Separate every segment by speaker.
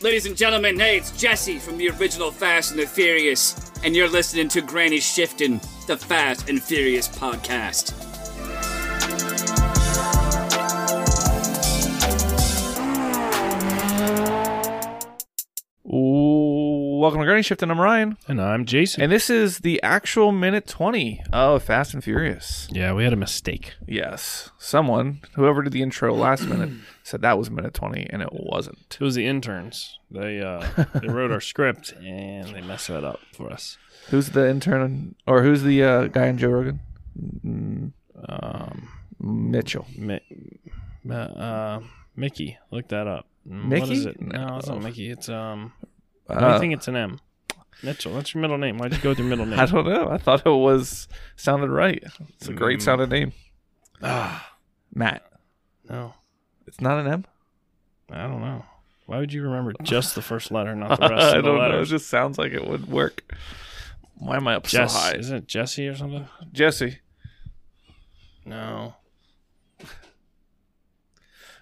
Speaker 1: Ladies and gentlemen, hey, it's Jesse from the original Fast and the Furious, and you're listening to Granny Shifting, the Fast and Furious podcast.
Speaker 2: Ooh, welcome to Granny Shift, and I'm Ryan.
Speaker 3: And I'm Jason.
Speaker 2: And this is the actual minute 20 of Fast and Furious.
Speaker 3: yeah, we had a mistake.
Speaker 2: Yes, someone, whoever did the intro last minute, said that was minute 20, and it wasn't.
Speaker 3: It was the interns. They uh, they wrote our script and they messed that up for us.
Speaker 2: Who's the intern, or who's the uh, guy on Joe Rogan?
Speaker 3: Um,
Speaker 2: Mitchell.
Speaker 3: Mi- uh, uh, Mickey, look that up. Mm, What
Speaker 2: Mickey?
Speaker 3: is it? No, it's not
Speaker 2: No.
Speaker 3: Mickey. It's um. I
Speaker 2: Uh,
Speaker 3: think it's an M. Mitchell. That's your middle name. Why'd you go with your middle
Speaker 2: I
Speaker 3: name?
Speaker 2: don't know. I thought it was sounded right. It's a great sounding name.
Speaker 3: Ah,
Speaker 2: Matt.
Speaker 3: no,
Speaker 2: It's not an M?
Speaker 3: I don't know. Why would you remember just the first letter, not the rest
Speaker 2: I
Speaker 3: of the
Speaker 2: don't know. It
Speaker 3: letters?
Speaker 2: just sounds like it would work. Why am I up
Speaker 3: Jess,
Speaker 2: so high?
Speaker 3: isn't it Jesse or something?
Speaker 2: Jesse.
Speaker 3: No.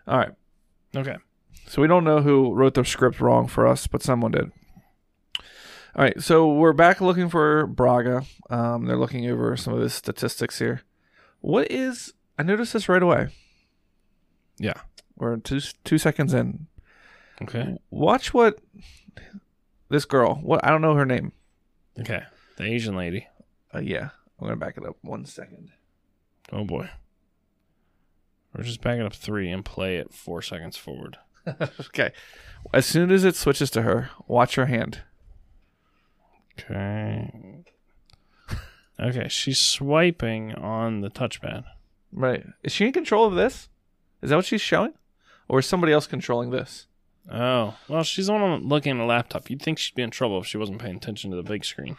Speaker 2: All right.
Speaker 3: Okay.
Speaker 2: So we don't know who wrote the script wrong for us, but someone did. All right, so we're back looking for Braga. Um, they're looking over some of his statistics here. What is? I noticed this right away.
Speaker 3: Yeah.
Speaker 2: We're two two seconds in.
Speaker 3: Okay.
Speaker 2: Watch what this girl. What I don't know her name.
Speaker 3: Okay. The Asian lady.
Speaker 2: Uh, yeah, I'm gonna back it up one second.
Speaker 3: Oh boy. We're just backing up three and play it four seconds forward.
Speaker 2: Okay. As soon as it switches to her, watch her hand.
Speaker 3: Okay. Okay, she's swiping on the touchpad.
Speaker 2: Right. Is she in control of this? Is that what she's showing, or is somebody else controlling this?
Speaker 3: Oh, well, she's the one looking at a laptop. You'd think she'd be in trouble if she wasn't paying attention to the big screen.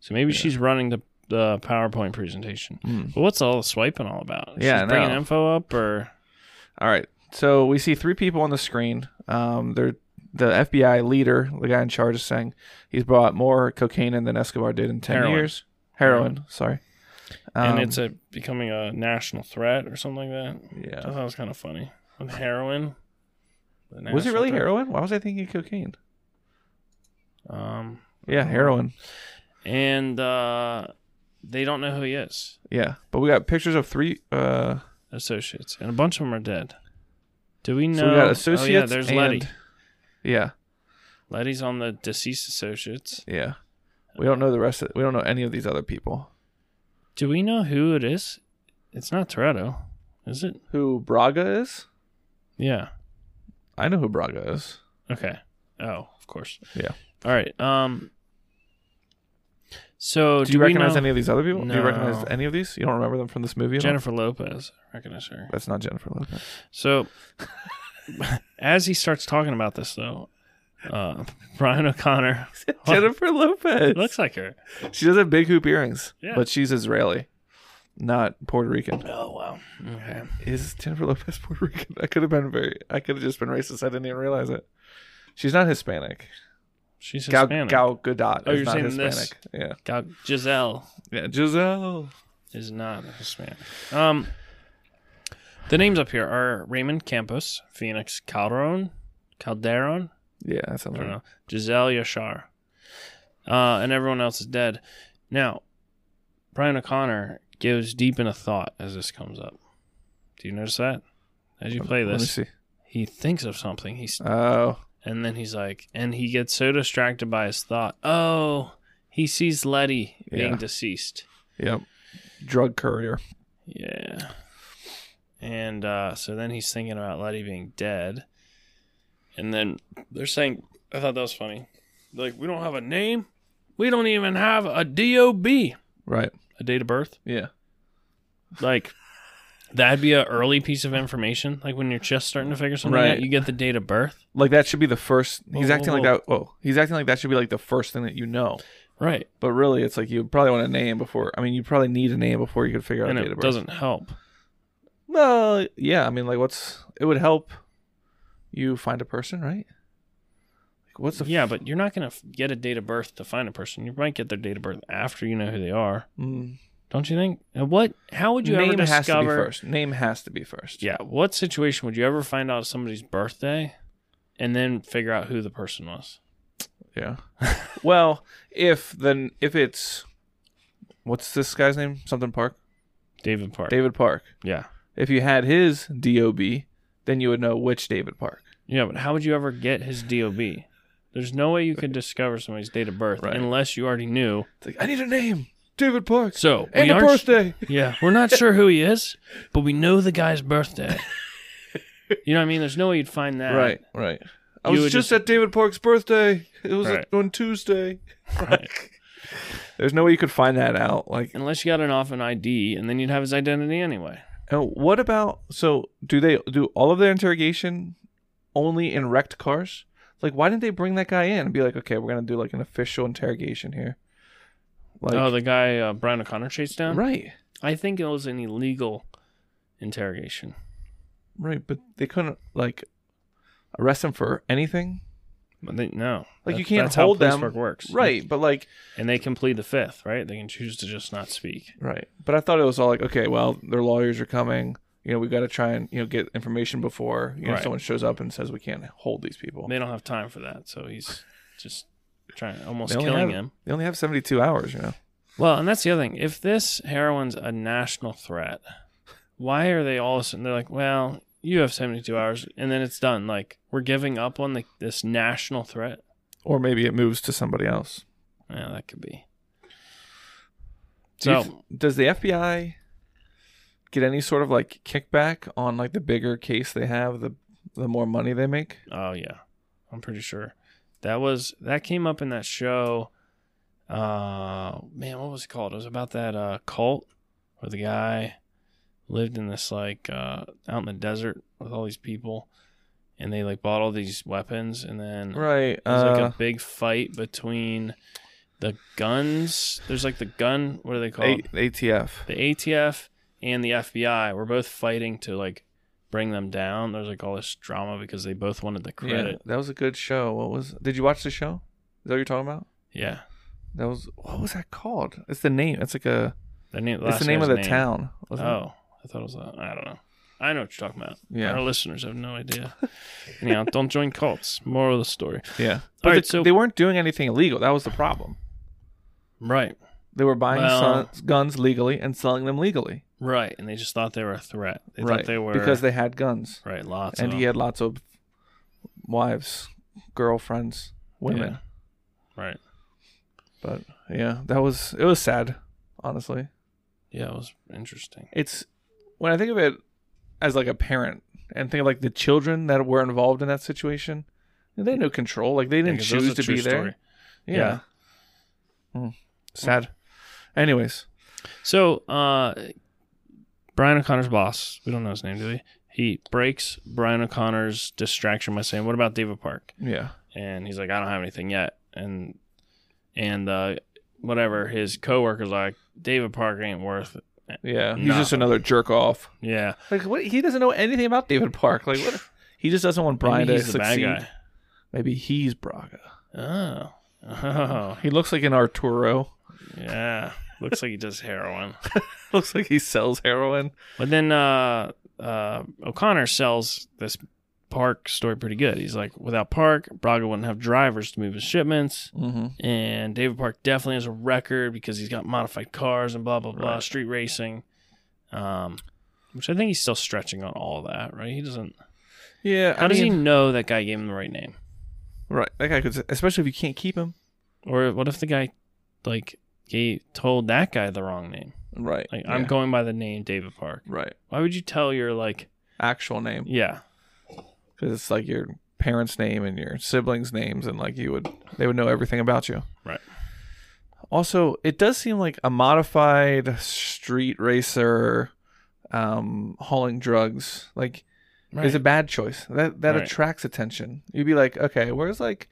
Speaker 3: So maybe she's running the, the PowerPoint presentation. But what's all the swiping all about?
Speaker 2: Hmm. Yeah, I
Speaker 3: she's bringing
Speaker 2: know.
Speaker 3: info up or
Speaker 2: All right. So we see three people on the screen. Um, they're the FBI leader, the guy in charge, is saying he's brought more cocaine in than Escobar did in ten
Speaker 3: Heroin.
Speaker 2: years. Heroin. Sorry. Um,
Speaker 3: and it's a becoming a national threat or something like that. I
Speaker 2: yeah.
Speaker 3: thought that was kind of funny. And heroin. the
Speaker 2: Was it really
Speaker 3: national
Speaker 2: heroin? Why was I thinking cocaine?
Speaker 3: threat. Um,
Speaker 2: Yeah, heroin.
Speaker 3: and uh, they don't know who he is.
Speaker 2: Yeah, but we got pictures of three. Uh,
Speaker 3: Associates, and a bunch of them are dead. Do we know?
Speaker 2: so we got
Speaker 3: oh,
Speaker 2: associates.
Speaker 3: yeah, there's
Speaker 2: and,
Speaker 3: Letty.
Speaker 2: Yeah,
Speaker 3: Letty's on the deceased associates.
Speaker 2: yeah. We don't know the rest. of We don't know any of these other people.
Speaker 3: Do we know who it is? It's not Toretto, is it?
Speaker 2: Who Braga is?
Speaker 3: Yeah.
Speaker 2: I know who Braga is.
Speaker 3: Okay. Oh, of course.
Speaker 2: Yeah.
Speaker 3: All right. Um. So
Speaker 2: Do you recognize
Speaker 3: we know
Speaker 2: any of these other people? Do you recognize
Speaker 3: No.
Speaker 2: any of these? You don't remember them from this movie? at all?
Speaker 3: Jennifer Lopez? Recognize her.
Speaker 2: That's not Jennifer Lopez.
Speaker 3: So, as he starts talking about this, though, uh, Brian O'Connor
Speaker 2: Jennifer Lopez.
Speaker 3: looks like her.
Speaker 2: She does have big hoop earrings,
Speaker 3: Yeah.
Speaker 2: but she's Israeli, not Puerto Rican.
Speaker 3: Oh wow. Okay.
Speaker 2: Is Jennifer Lopez Puerto Rican? I could have been very. I could have just been racist. I didn't even realize it. She's not Hispanic.
Speaker 3: She's
Speaker 2: Gal,
Speaker 3: Hispanic.
Speaker 2: Gal Gadot
Speaker 3: Oh,
Speaker 2: is
Speaker 3: you're
Speaker 2: not
Speaker 3: saying
Speaker 2: Hispanic.
Speaker 3: this.
Speaker 2: Yeah.
Speaker 3: Gal- Giselle
Speaker 2: Yeah. Giselle.
Speaker 3: is not Hispanic. Um, the names up here are Raymond Campos, Phoenix Calderon, Calderon.
Speaker 2: Yeah, that sounds
Speaker 3: I don't
Speaker 2: right.
Speaker 3: know. Giselle Yashar, uh, and everyone else is dead. Now, Brian O'Connor goes deep into thought as this comes up. Do you notice that? As you play
Speaker 2: Let me
Speaker 3: this,
Speaker 2: see.
Speaker 3: he thinks of something. He's
Speaker 2: Oh,
Speaker 3: and then he's like, and he gets so distracted by his thought. Oh, he sees Letty
Speaker 2: Yeah.
Speaker 3: being deceased.
Speaker 2: yep. Drug courier.
Speaker 3: Yeah. And uh, so then he's thinking about Letty being dead. And then they're saying, I thought that was funny. They're like, we don't have a name. We don't even have a DOB, a
Speaker 2: Right.
Speaker 3: date of birth.
Speaker 2: Yeah.
Speaker 3: Like, that'd be an early piece of information. Like, when you're just starting to figure something
Speaker 2: Right.
Speaker 3: out, you get the date of birth.
Speaker 2: Like that should be the first. He's
Speaker 3: Whoa,
Speaker 2: acting
Speaker 3: whoa,
Speaker 2: like that. Oh, he's acting like that should be like the first thing that you know.
Speaker 3: Right.
Speaker 2: But really, it's like you probably want a name before. I mean, you probably need a name before you could figure out
Speaker 3: And
Speaker 2: a date of
Speaker 3: it
Speaker 2: birth.
Speaker 3: doesn't help.
Speaker 2: Well, yeah. I mean, like, what's it would help you find a person, right? Like, what's the f-
Speaker 3: Yeah, but you're not going to get a date of birth to find a person. You might get their date of birth after you know who they are.
Speaker 2: mm,
Speaker 3: Don't you think? And what? How would you
Speaker 2: name
Speaker 3: ever discover?
Speaker 2: has to be first? Name has to be first.
Speaker 3: Yeah, what situation would you ever find out somebody's birthday and then figure out who the person was.
Speaker 2: Yeah. well, if then if it's what's this guy's name? Something Park.
Speaker 3: David Park.
Speaker 2: David Park.
Speaker 3: Yeah.
Speaker 2: If you had his DOB, then you would know which David Park.
Speaker 3: Yeah, but how would you ever get his DOB? There's no way you could discover somebody's date of birth
Speaker 2: Right.
Speaker 3: unless you already knew.
Speaker 2: It's like I need a name. David Park.
Speaker 3: So
Speaker 2: and
Speaker 3: we
Speaker 2: a
Speaker 3: aren't-
Speaker 2: birthday.
Speaker 3: Yeah, we're not sure who he is, but we know the guy's birthday. you know what I mean? There's no way you'd find that.
Speaker 2: Right. Right. I
Speaker 3: You
Speaker 2: was
Speaker 3: would
Speaker 2: just,
Speaker 3: just-
Speaker 2: at David Park's birthday. It was
Speaker 3: Right.
Speaker 2: on Tuesday.
Speaker 3: Right.
Speaker 2: There's no way you could find that out. Like,
Speaker 3: Unless you got an off an ID, and then you'd have his identity anyway.
Speaker 2: and oh, what about? So, do they do all of their interrogation only in wrecked cars? Like, why didn't they bring that guy in and be like, okay, we're gonna do like an official interrogation here? Like,
Speaker 3: oh, the guy uh, Brian O'Connor chased down.
Speaker 2: right,
Speaker 3: I think it was an illegal interrogation.
Speaker 2: right, but they couldn't like arrest him for anything,
Speaker 3: But they, no,
Speaker 2: Like, you
Speaker 3: That-
Speaker 2: can't
Speaker 3: that's
Speaker 2: hold
Speaker 3: how police
Speaker 2: them.
Speaker 3: Work works.
Speaker 2: right? But like,
Speaker 3: and they can plead the fifth. Right, they can choose to just not speak.
Speaker 2: Right. But I thought it was all like, okay, well, their lawyers are coming. You know, we got to try and you know get information before you know
Speaker 3: Right.
Speaker 2: someone shows up and says we can't hold these people.
Speaker 3: They don't have time for that, so he's just trying, almost
Speaker 2: They only
Speaker 3: killing
Speaker 2: have-
Speaker 3: him.
Speaker 2: They only have seventy two hours. You know.
Speaker 3: Well, and that's the other thing. If this heroin's a national threat, why are they all of a sudden they're like, well, you have 72 hours and then it's done. Like we're giving up on the, this national threat.
Speaker 2: Or maybe it moves to somebody else.
Speaker 3: Yeah, that could be.
Speaker 2: Do you
Speaker 3: So
Speaker 2: th- does the FBI get any sort of like kickback on like the bigger case they have, the the more money they make?
Speaker 3: Oh yeah, I'm pretty sure that was that came up in that show. Uh, man, what was it called? It was about that uh cult where the guy lived in this like uh out in the desert with all these people, and they like bought all these weapons, and then
Speaker 2: Right.
Speaker 3: there's
Speaker 2: Uh,
Speaker 3: Mm. like a big fight between the guns. There's like the gun. What are they called?
Speaker 2: a- ATF.
Speaker 3: the ATF and the FBI were both fighting to like bring them down. There's like all this drama because they both wanted the
Speaker 2: Yeah,
Speaker 3: credit.
Speaker 2: that was a good show. What was? Did you watch the show? Is that what you're talking about?
Speaker 3: Yeah,
Speaker 2: That was what was that called? It's the name. It's like a.
Speaker 3: the name.
Speaker 2: It's
Speaker 3: last
Speaker 2: the name of
Speaker 3: guy's
Speaker 2: the town. wasn't it?
Speaker 3: Oh, I thought it was. That. I don't know. I know what you're talking about.
Speaker 2: Yeah.
Speaker 3: Our listeners have no idea. Anyhow, don't join cults. Moral of the story.
Speaker 2: Yeah. But
Speaker 3: All right,
Speaker 2: the-
Speaker 3: so-
Speaker 2: they weren't doing anything illegal. That was the problem.
Speaker 3: Right.
Speaker 2: They were buying
Speaker 3: Well-
Speaker 2: sun- guns legally and selling them legally.
Speaker 3: Right. And they just thought they were a threat. They
Speaker 2: right.
Speaker 3: thought they were
Speaker 2: because they had guns.
Speaker 3: right lots
Speaker 2: and
Speaker 3: of
Speaker 2: he
Speaker 3: them.
Speaker 2: had lots of wives, girlfriends, women.
Speaker 3: Yeah. right.
Speaker 2: But yeah, that was it was sad, honestly.
Speaker 3: Yeah, it was interesting.
Speaker 2: It's when I think of it as like a parent and think of like the children that were involved in that situation, they had no control. Like they didn't
Speaker 3: Because that was
Speaker 2: choose to
Speaker 3: a
Speaker 2: be
Speaker 3: true
Speaker 2: there.
Speaker 3: story.
Speaker 2: Yeah.
Speaker 3: Yeah.
Speaker 2: Mm. Sad. Anyways,
Speaker 3: So, uh, Brian O'Connor's boss, we don't know his name, do we? He breaks Brian O'Connor's distraction by saying, "What about David Park?"
Speaker 2: yeah.
Speaker 3: And he's like, "I don't have anything yet." And and uh, whatever his coworker's like, "David Park ain't worth." It.
Speaker 2: Yeah, he's
Speaker 3: Nah.
Speaker 2: just another jerk off.
Speaker 3: Yeah,
Speaker 2: Like what? He doesn't know anything about David Park. Like what? He just doesn't want Brian
Speaker 3: Maybe
Speaker 2: to
Speaker 3: he's the bad
Speaker 2: succeed.
Speaker 3: guy.
Speaker 2: Maybe he's Braga.
Speaker 3: Oh, oh,
Speaker 2: He looks like an Arturo.
Speaker 3: yeah. Looks like he does heroin.
Speaker 2: looks like he sells heroin.
Speaker 3: But then uh, uh, O'Connor sells this Park story pretty good. He's like, "Without Park, Braga wouldn't have drivers to move his shipments."
Speaker 2: Mm-hmm.
Speaker 3: and David Park definitely has a record because he's got modified cars and blah blah blah,
Speaker 2: Right.
Speaker 3: street racing, um, which I think he's still stretching on all that, right? He doesn't.
Speaker 2: Yeah.
Speaker 3: How
Speaker 2: I
Speaker 3: does
Speaker 2: mean,
Speaker 3: he know that guy gave him the right name?
Speaker 2: Right. That guy could, especially if you can't keep him.
Speaker 3: Or what if the guy, like, he told that guy the wrong name?
Speaker 2: Right.
Speaker 3: Like, I'm going by the name David Park.
Speaker 2: Right.
Speaker 3: Why would you tell your like,
Speaker 2: Actual name
Speaker 3: yeah,
Speaker 2: because it's like your parents' name and your siblings' names, and like you would, they would know everything about you.
Speaker 3: Right.
Speaker 2: Also, it does seem like a modified street racer um hauling drugs like
Speaker 3: right,
Speaker 2: is a bad choice. That that
Speaker 3: Right.
Speaker 2: attracts attention. You'd be like, okay, where's like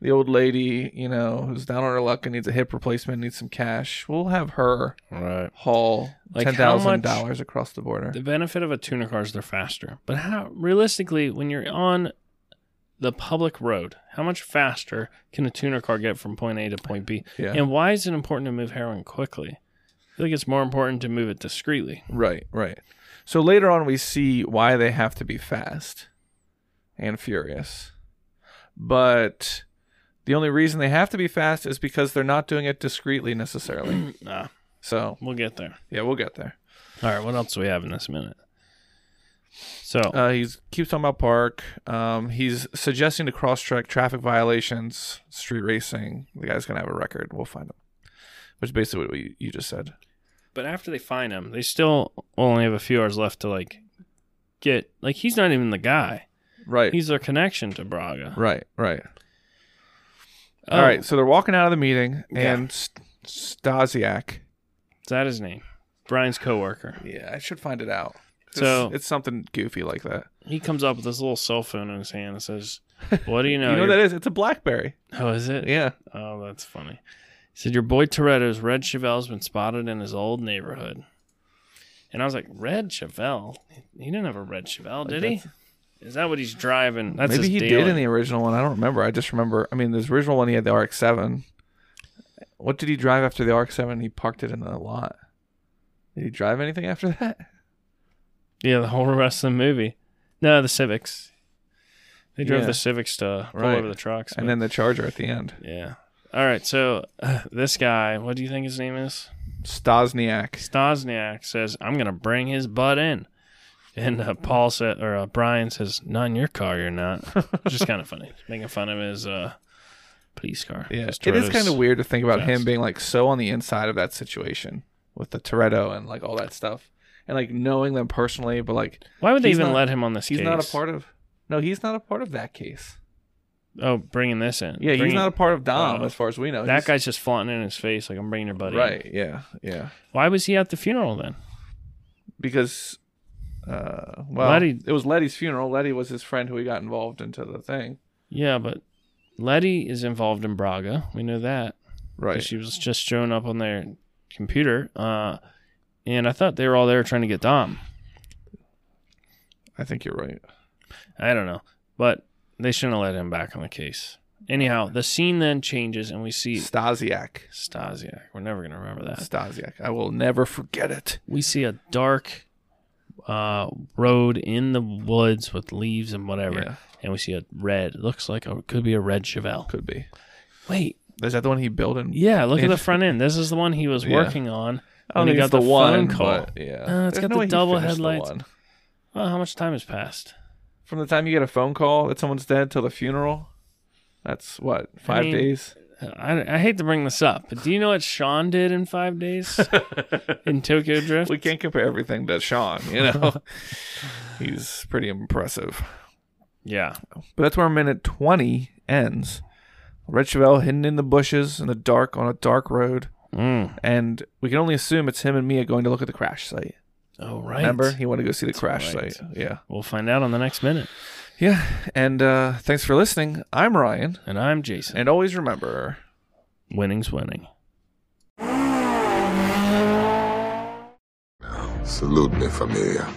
Speaker 2: the old lady, you know, who's down on her luck and needs a hip replacement, needs some cash. We'll have her
Speaker 3: right.
Speaker 2: haul
Speaker 3: Like,
Speaker 2: ten
Speaker 3: how
Speaker 2: thousand
Speaker 3: much-
Speaker 2: dollars across the border.
Speaker 3: The benefit of a tuner car is they're faster, but how realistically, when you're on the public road, how much faster can a tuner car get from point A to point B?
Speaker 2: yeah,
Speaker 3: And why is it important to move heroin quickly? I think it's more important to move it discreetly.
Speaker 2: right, right. So later on, we see why they have to be fast and furious. but the only reason they have to be fast is because they're not doing it discreetly necessarily.
Speaker 3: Nah,
Speaker 2: So
Speaker 3: we'll get there.
Speaker 2: yeah, we'll get there.
Speaker 3: All right, what else do we have in this minute? So
Speaker 2: Uh, he keeps talking about park. Um, he's suggesting to cross check traffic violations, street racing. The guy's gonna have a record. We'll find him, which is basically what we, you just said.
Speaker 3: but after they find him, they still only have a few hours left to like get like he's not even the guy.
Speaker 2: Right.
Speaker 3: He's their connection to Braga.
Speaker 2: right. Right. All right. So they're walking out of the meeting,
Speaker 3: Oh. Yeah.
Speaker 2: and St- Stasiak.
Speaker 3: Oh, Is that his name? Brian's coworker.
Speaker 2: Yeah, I should find it out. 'Cause
Speaker 3: So-
Speaker 2: it's something goofy like that.
Speaker 3: He comes up with this little cell phone in his hand and says, "What do you know?
Speaker 2: you know what
Speaker 3: your-
Speaker 2: that is? It's a BlackBerry.
Speaker 3: Oh, is it?
Speaker 2: Yeah.
Speaker 3: Oh, that's funny. He said, Your boy Toretto's red Chevelle's been spotted in his old neighborhood. And I was like, Red Chevelle? He didn't have a red Chevelle, did he? Is that what he's driving? That's
Speaker 2: Maybe
Speaker 3: his
Speaker 2: he
Speaker 3: daily.
Speaker 2: did in the original one. I don't remember. I just remember. I mean, the original one he had the RX-7. What did he drive after the RX-7? He parked it in a lot. Did he drive anything after that?
Speaker 3: Yeah, the whole rest of the movie. No, the Civics. They drove
Speaker 2: Yeah.
Speaker 3: the Civics to pull
Speaker 2: Right.
Speaker 3: over the trucks.
Speaker 2: And
Speaker 3: but-
Speaker 2: then the Charger at the end.
Speaker 3: yeah. All right, so uh, this guy, what do you think his name is?
Speaker 2: Stosniak.
Speaker 3: Stosniak says, I'm going to bring his butt in. And uh, Paul said, or uh, Brian says, not in your car, you're not. Which is kind of funny. Making fun of his uh, police car.
Speaker 2: Yeah,
Speaker 3: His
Speaker 2: it is
Speaker 3: Toretta's-
Speaker 2: kind of weird to think about him
Speaker 3: fast.
Speaker 2: being like so on the inside of that situation with the Toretto and like all that stuff, and like knowing them personally, but like
Speaker 3: Why would they
Speaker 2: he's
Speaker 3: even
Speaker 2: not-
Speaker 3: let him on this
Speaker 2: he's
Speaker 3: case?
Speaker 2: not a part of. No, he's not a part of that case.
Speaker 3: Oh, bringing this in.
Speaker 2: Yeah, he's
Speaker 3: Bringing-
Speaker 2: not a part of Dom
Speaker 3: Oh.
Speaker 2: as far as we know.
Speaker 3: That
Speaker 2: He's-
Speaker 3: guy's just flaunting in his face, like, I'm bringing your buddy. in."
Speaker 2: Right. Yeah. Yeah.
Speaker 3: Why was he at the funeral then?
Speaker 2: because uh well
Speaker 3: Letty-
Speaker 2: it was Letty's funeral. Letty was his friend who he got involved into the thing.
Speaker 3: Yeah, but Letty is involved in Braga. We know that. 'cause
Speaker 2: Right.
Speaker 3: She was just showing up on their computer. Uh, and I thought they were all there trying to get Dom.
Speaker 2: I think you're right.
Speaker 3: I don't know, but they shouldn't have let him back on the case. Anyhow, the scene then changes and we see
Speaker 2: Stasiak.
Speaker 3: Stasiak. We're never gonna remember that.
Speaker 2: Stasiak. I will never forget it.
Speaker 3: We see a dark uh, road in the woods with leaves and whatever,
Speaker 2: Yeah.
Speaker 3: and we see a red. Looks like a, could be a red Chevelle.
Speaker 2: Could be.
Speaker 3: Wait,
Speaker 2: Is that the one he built in?
Speaker 3: yeah, look at
Speaker 2: Yeah.
Speaker 3: the front end. This is the one he was
Speaker 2: Yeah.
Speaker 3: working on.
Speaker 2: I don't
Speaker 3: when
Speaker 2: think
Speaker 3: he
Speaker 2: it's the, one.
Speaker 3: phone call.
Speaker 2: but yeah.
Speaker 3: Uh, it's
Speaker 2: There's
Speaker 3: got the
Speaker 2: way he
Speaker 3: double
Speaker 2: finished
Speaker 3: headlights.
Speaker 2: one.
Speaker 3: Well, how much time has passed?
Speaker 2: From the time you get a phone call that someone's dead till the funeral, that's what five
Speaker 3: mean-
Speaker 2: days.
Speaker 3: I, I hate to bring this up, but do you know what Sean did in five days in Tokyo Drift?
Speaker 2: We can't compare everything to Sean. You know, he's pretty impressive.
Speaker 3: Yeah,
Speaker 2: But that's where minute 20 ends. Red Chevelle hidden in the bushes in the dark on a dark road.
Speaker 3: Mm.
Speaker 2: And we can only assume it's him and Mia going to look at the crash site.
Speaker 3: Oh, right.
Speaker 2: Remember? He wanted to go see the crash
Speaker 3: right.
Speaker 2: site. Yeah.
Speaker 3: We'll find out on the next minute.
Speaker 2: Yeah. And uh, thanks for listening. I'm Ryan.
Speaker 3: And I'm Jason.
Speaker 2: And always remember.
Speaker 3: Winning's winning.
Speaker 4: Salute me, familia.